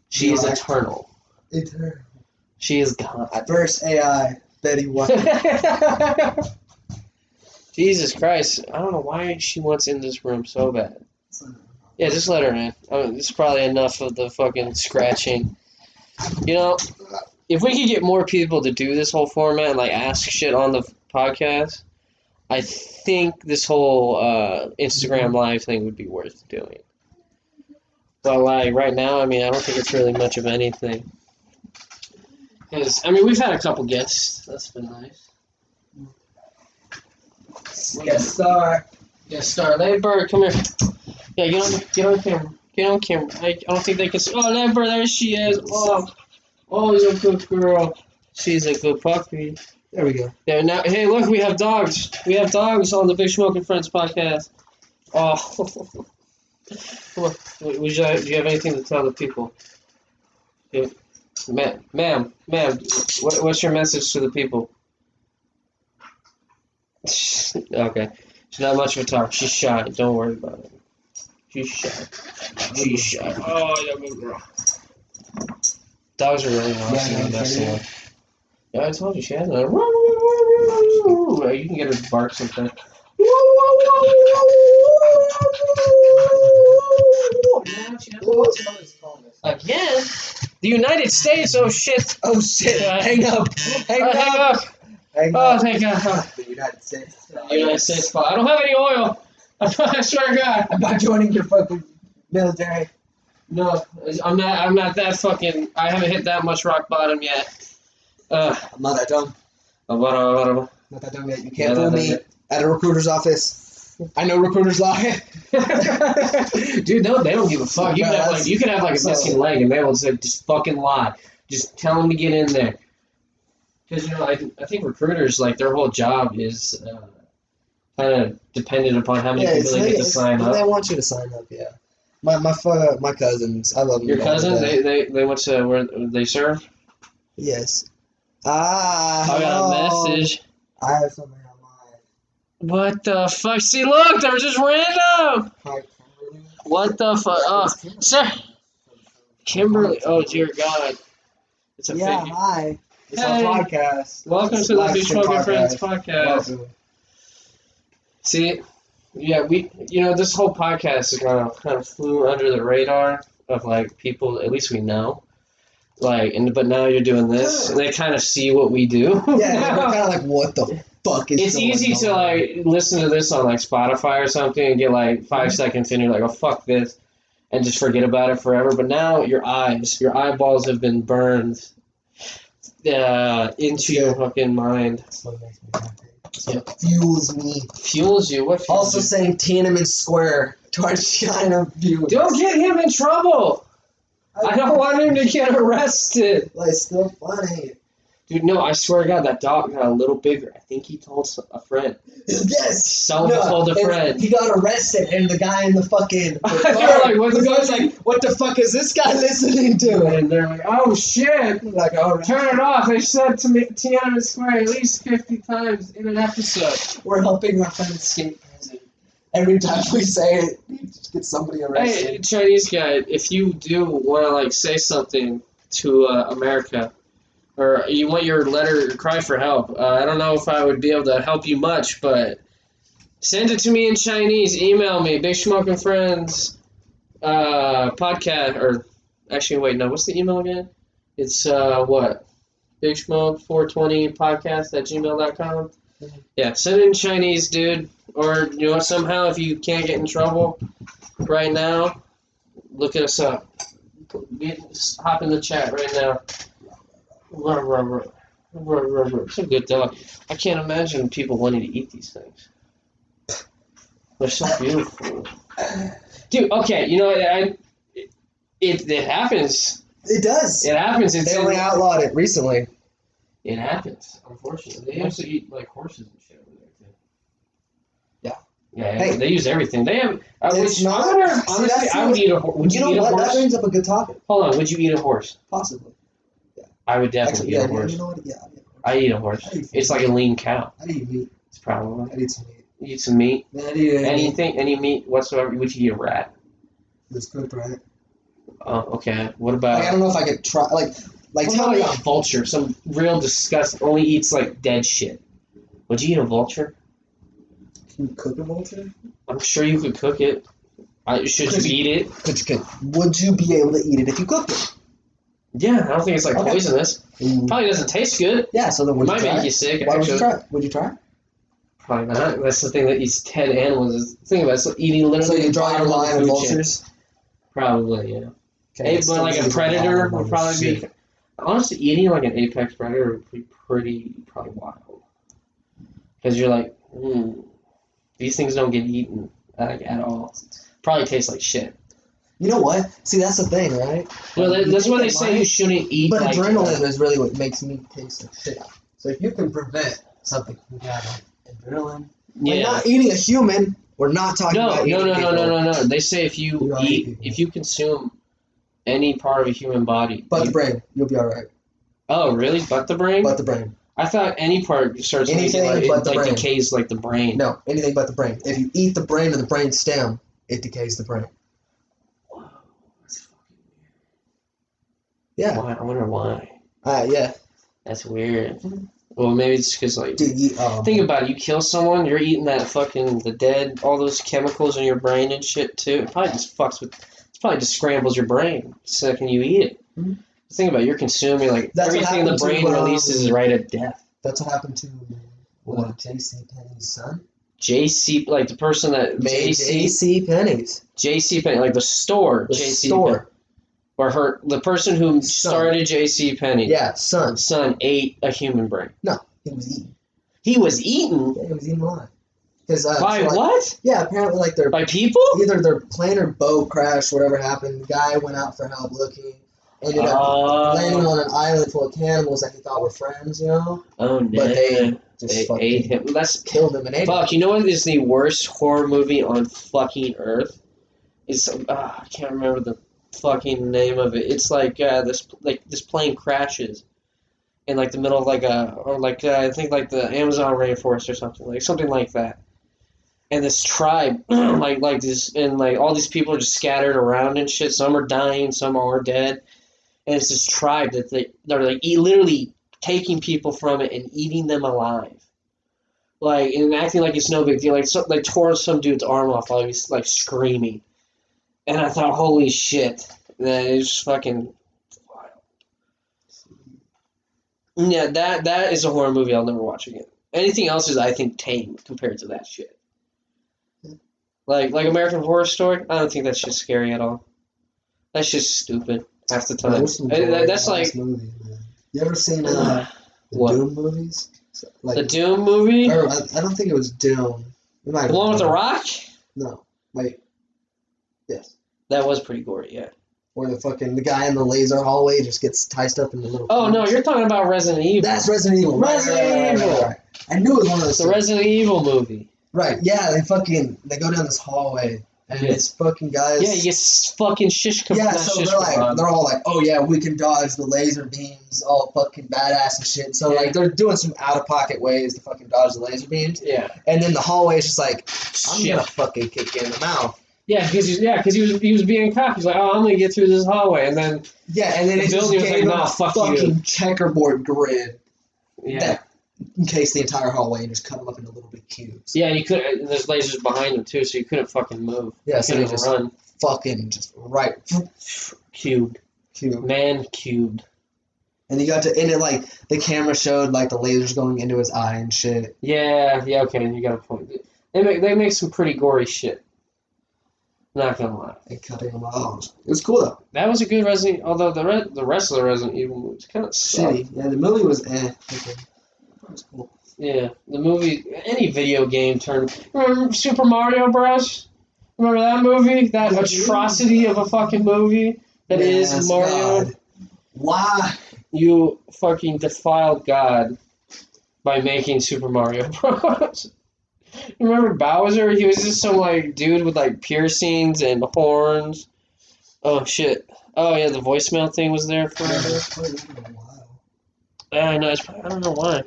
She is Yeah. eternal. It's her. She is God. Verse AI. Betty White. Jesus Christ! I don't know why she wants in this room so bad. It's not her. Yeah, just let her in. I mean, it's probably enough of the fucking scratching. You know, if we could get more people to do this whole format and like ask shit on the podcast, I think this whole uh, Instagram live thing would be worth doing. But like right now, I mean, I don't think it's really much of anything. 'Cause, I mean, we've had a couple guests. That's been nice. Guest star. Yeah, star. Ladybird, come here. Yeah, get on, get on camera. Get on camera. I, I don't think they can see. Oh, Ladybird, there she is. Oh, always a good girl. She's a good puppy. There we go. There now. Hey, look, we have dogs. We have dogs on the Big Smoking Friends podcast. Oh, look, would you, do you have anything to tell the people? Yeah. Ma- ma'am, ma'am, what, what's your message to the people? Okay. She's not much of a talk. She's shy. Don't worry about it. She's shy. She's shy. Oh, yeah, good girl. Dogs are really awesome. Yeah, the best yeah. one. Yeah, I told you she has a. You can get her to bark sometimes. Again? The United States? Oh shit. Oh shit! Yeah. Hang up! Hang Oh, up! hang up. Hang Oh, up! thank God. Oh, The United States. the United States. I don't have any oil. I swear to God. I'm not joining your fucking military. No, I'm not. I'm not that fucking. I haven't hit that much rock bottom yet. Uh, I'm not that dumb. oh, Not that dumb yet. You can't Yeah, fool that- me at a recruiter's office. I know recruiters lie. uh, dude, no, they don't give a fuck. You can have like you can have like a So- missing leg, and they will say just fucking lie. Just tell them to get in there. Because you know, I, I think recruiters like their whole job is uh, kind of dependent upon how many yeah, people it's, they get to it's- sign They up. want you to sign up. Yeah. My my fu- my cousins. I love them. Your all cousin, to death. they, they they went to where they serve. Yes. Ah. I got hello. a message. I have something on What the fuck? See, look, they were just random. my. What the fuck? Oh, sir. Kimberly. Oh, dear God. It's a Yeah. fake. Hi. It's Hey. our podcast. Welcome It's to the live Big stream Smoking Friends podcast. Welcome. See, yeah, we, you know, this whole podcast is kind of kind of flew under the radar of like people. At least we know. Like, and but now you're doing this, and they kind of see what we do. Yeah, we're kind of like, what the fuck is It's going easy to on? like listen to this on like Spotify or something and get like 5 seconds in. You're like, oh fuck this, and just forget about it forever. But now your eyes, your eyeballs have been burned uh, into your fucking mind. That's what makes me happy. That's what fuels me. Fuels you. What? Fuels Also you? saying Tiananmen Square to our China viewers. don't get him in trouble. I don't want him to get arrested. Well, it's still funny. Dude, no, I swear to God, that dog got a little bigger. I think he told s- a friend. Yes. Someone told a and friend. He got arrested, and the guy in the fucking the I car, feel like, what the the guy's like, "What the fuck is this guy listening to?" And they're like, oh shit! I'm like, all right, Turn it off! They said to me, Tiana Square at least 50 times in an episode. we're helping our friend escape prison. Every time we say it, we just get somebody Hey, arrested. Chinese guy, if you do want to like say something to uh, America, or you want your letter your cry for help, uh, I don't know if I would be able to help you much, but send it to me in Chinese. Email me, Big Smoking Friends uh, podcast, or actually, wait, no, what's the email again? It's uh, what? Big Smoke 420 podcast at gmail.com. Yeah, send it in Chinese, dude. Or, you know, somehow if you can't get in trouble, right now, look at us up. Get, hop in the chat right now. Ruh, ruh, ruh. Ruh, ruh, ruh. It's a good dog. I can't imagine people wanting to eat these things. They're so beautiful. Dude, okay, you know, I, I- it, it happens. It does. It happens. It's They in- only outlawed it recently. it happens, unfortunately. They also eat like horses and shit over there too. Yeah. Yeah. Hey. They use everything. They have. I It's which, not- I wonder if, see, honestly, that's I would eat a. hor- Would you, You know eat what? a That horse? brings up a good topic, Hold on. Would you eat a horse? possibly. I would definitely Actually, yeah, eat a horse. you know what? Yeah, yeah. I eat a horse. I eat- It's like a lean cow. I need meat. It's probably I need some meat. eat some meat. Man, I need any. Anything, any meat whatsoever. Would you eat a rat? It's cooked right. Oh, okay. What Like, I about? don't know if I could try. Like, like What tell about me. like a vulture? Some real disgust. Only eats like dead shit. Would you eat a vulture? Can you cook a vulture? I'm sure you could cook it. I, should Could you eat it? Could you cook? Would you be able to eat it if you cooked it? Yeah, I don't think it's like Okay. poisonous. Probably doesn't taste good. Yeah. So then It would you might try? make you it? sick. Why would actually. you try? it? Would you try? Probably not. That's the thing that eats ten animals. Is think about it. So eating it? So literally. you a draw your bottle of line on food vultures. chain. Probably yeah. Okay, Ape- it's but still like a really predator bad on would probably shit. be. Honestly, eating like an apex predator would be pretty probably wild. Because you're like, hmm, these things don't get eaten like at all. Probably tastes like shit. You know what? See, that's the thing, right? Well, that, You that's think why it they say you might, shouldn't eat. But like, uh, adrenaline is really what makes meat taste like shit. So if you can prevent something from having adrenaline, Yeah. We're not eating a human. We're not talking no, no, about eating no, no, people. no, no, no. They say if You you don't eat eat, people. if you consume any part of a human body. But you- the brain, you'll be all right. oh, really? But the brain? But the brain, I thought any part starts Anything making, like, but it, the like brain. decays like the brain. no, anything but the brain. If you eat the brain or the brain stem, it decays the brain. Yeah, Why? I wonder why. uh, yeah, That's weird. Well, maybe it's because like dude. You, um, think about it. You kill someone, you're eating that fucking the dead, all those chemicals in your brain and shit too. It probably just fucks with. It probably just scrambles your brain the second you eat it. Mhm. Think about it. You're consuming like That's what everything the happened to, brain um, releases is right at death. that's what happened to what J.C. Penney's son. JC, like the person that Made JC, J.C. Penney's JC Penny, like the store, the JC Penny, store. or her, the person who Son. started JC Penny, Yeah, son. son ate a human brain. He was eaten. He was eaten Yeah, he was eaten alive. Because uh, by so, like, what? Yeah, apparently, like their By people? either their plane or boat crashed, whatever happened. The guy went out for help looking, ended up Oh. landing on an island full of cannibals that he thought were friends, you know? Oh no! But they just They fucking ate him. That's killed him and ate him. fuck. You know what is the worst horror movie on fucking earth? It's uh, I can't remember the fucking name of it. It's like uh, this like this plane crashes in like the middle of like a or like uh, I think like the Amazon rainforest or something like something like that. And this tribe, like like this, and like all these people are just scattered around and shit. Some are dying, some are dead, and it's this tribe that they they're like e- literally taking people from it and eating them alive like and acting like it's no big deal. Like so, like tore some dude's arm off while he was like screaming, and I thought, holy shit, that is fucking wild. Yeah, that that is a horror movie I'll never watch again. Anything else is I think tame compared to that shit. Like like American Horror Story, I don't think that shit's scary at all. That's just stupid half the time. There's some And that- gory that's ass like movie, man. You ever seen uh, the What? Doom movies? So, Like, the Doom movie, or, I, I don't think it was Doom. It might have the one with been the Doom. rock. No, wait. Yes. That was pretty gory, yeah. Where the fucking the guy in the laser hallway just gets tied up in the little. Oh no, you're talking about Resident Evil. That's Resident Evil. Right, Resident right, right, right, right, Evil. right. I knew it was one of those. It's a two. Resident Evil movie. right. Yeah, they fucking they go down this hallway and Yeah. it's fucking guys. Yeah, you get s- fucking shish kebab. Yeah, so shish they're like, kebab. they're all like, oh yeah, we can dodge the laser beams, all fucking badass and shit. So Yeah. like, they're doing some out of pocket ways to fucking dodge the laser beams, yeah, and then the hallway is just like, I'm Shit. gonna fucking kick you in the mouth. yeah, because he's yeah, because he was he was being cop. He's like, oh, I'm gonna get through this hallway, and then Yeah, and then The it just building was gave like, them "Nah, a fuck you." fucking checkerboard grid yeah, that encased the entire hallway and just cut them up into little big cubes. yeah, and he could. and There's lasers behind him too, so you couldn't fucking move. Yeah, You so they couldn't just run. fucking just right Cubed, cube. man, cubed. And you got to and it like the camera showed like the lasers going into his eye and shit. Yeah, yeah, okay, you got a point. They make they make some pretty gory shit. Not gonna lie, And cutting them off. It was cool though. that was a good Resident. Although the re- the rest of the Resident Evil movies kind of Shitty. Yeah, the movie was eh. Okay. It was cool. Yeah, the movie, any video game turned. Remember Super Mario Bros? Remember that movie? That Yeah. atrocity of a fucking movie that is Yes, Mario. God. Why? You fucking defiled God by making Super Mario Bros. Remember Bowser? He was just some like dude with like piercings and horns. Oh shit! Oh yeah, the voicemail thing was there Yeah, it forever. was played in a while. Yeah, I know. It's probably, I don't know why.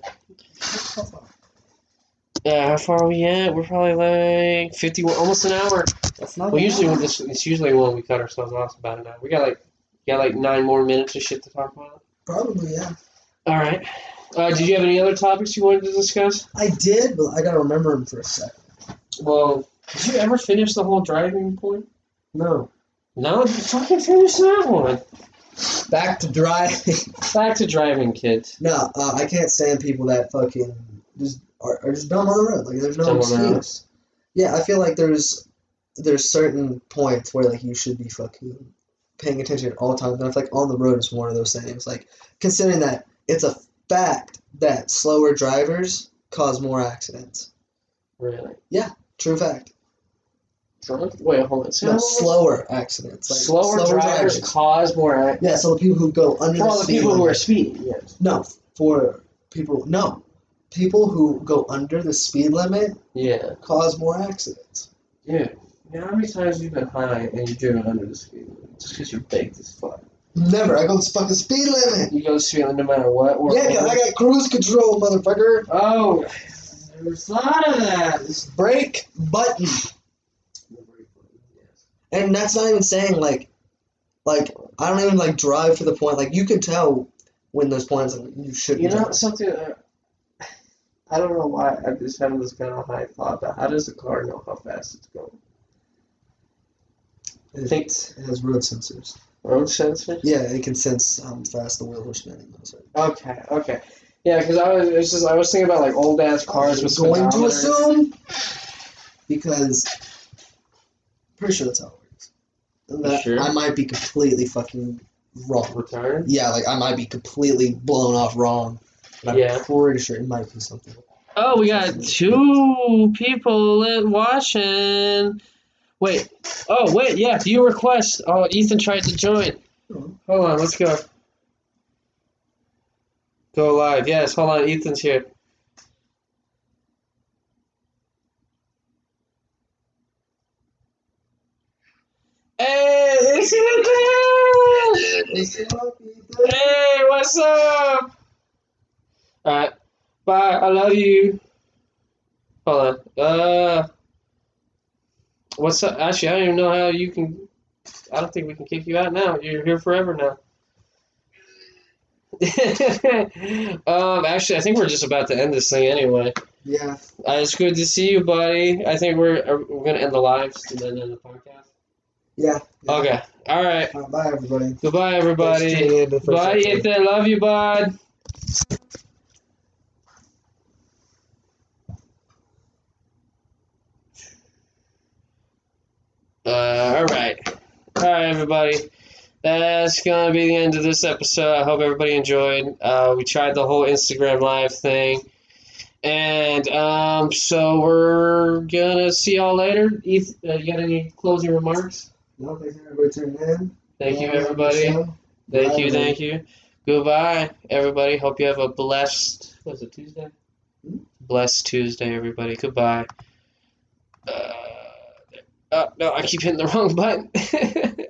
Yeah, how far are we at? We're probably like fifty, almost an hour. That's not Well, bad. usually when this, it's usually when we cut ourselves off about an hour. We got like, got like nine more minutes of shit to talk about. probably yeah. All right. Uh, did you have any other topics you wanted to discuss? I did, but I gotta remember him for a second. Well, did you ever finish the whole driving point? No. No, you fucking finish that one. Back to driving. Back to driving, kids. No, uh, I can't stand people that fucking just are, are just dumb on the road. Like there's no Dumb on the road. excuse. Yeah, I feel like there's there's certain points where like you should be fucking paying attention at all times. And I feel like on the road is one of those things. Like considering that it's a fact that slower drivers cause more accidents. Really? True fact. Drunk? Wait, hold on. Say No, that one more- slower accidents. Like slower, drivers, cause more. ac- Yeah, so the people who go under For the all the speed people who limit- are speeding, yes. No, for people no. People who go under the speed limit Yeah. cause more accidents. Yeah. Yeah, how many times have you been high and you're driven under the speed limit just because you're baked as fuck? Never. I go to fucking speed limit. You go speed limit no matter what. Or Yeah, 'cause I got cruise control, motherfucker. Oh, I never thought of that. It's- Brake button. And that's not even saying like, like I don't even like drive to the point. Like you can tell when those points like, you shouldn't. You know drive. something? Uh, I don't know why I'm just having this kind of high thought, but how does the car know how fast it's going? I It, think it has road sensors. road sensors. Yeah, it can sense how fast the wheels are spinning. Those are- Okay, okay. Yeah, because I was it's just I was thinking about like old ass cars with going to speedometers. assume because pretty sure that's how it works. And You that- sure? I might be completely fucking wrong. Retarded? Yeah, like I might be completely blown off wrong. But I'm Yeah. pretty sure it might be something. Oh, we got two people li- watching. Wait. Oh, wait. Yeah, view request. Oh, Ethan tried to join. Hold on. Let's go. Go live. Yes. Hold on. Ethan's here. Hey, it's Ethan! Hey, what's up? All right. Bye. I love you. Hold on. Uh, what's up? Actually, I don't even know how you can. I don't think we can kick you out now. You're here forever now. um, actually, I think we're just about to end this thing anyway. Yeah. Uh, it's good to see you, buddy. I think we're are, we're gonna end the lives and then end the podcast. Yeah. Okay. All right. All right, uh, bye everybody. Goodbye, everybody. Bye, Ethan. Love you, bud. Uh, all right. All right, everybody. That's going to be the end of this episode. I hope everybody enjoyed. Uh, we tried the whole Instagram Live thing. And um, so we're going to see y'all later. Eth- uh, you got any closing remarks? Well, thanks everybody tuning in. Thank you, everybody. Thank you, thank you. Goodbye, everybody. Hope you have a blessed. Was it Tuesday? Blessed Tuesday, everybody. Goodbye. Uh, oh, no, I keep hitting the wrong button.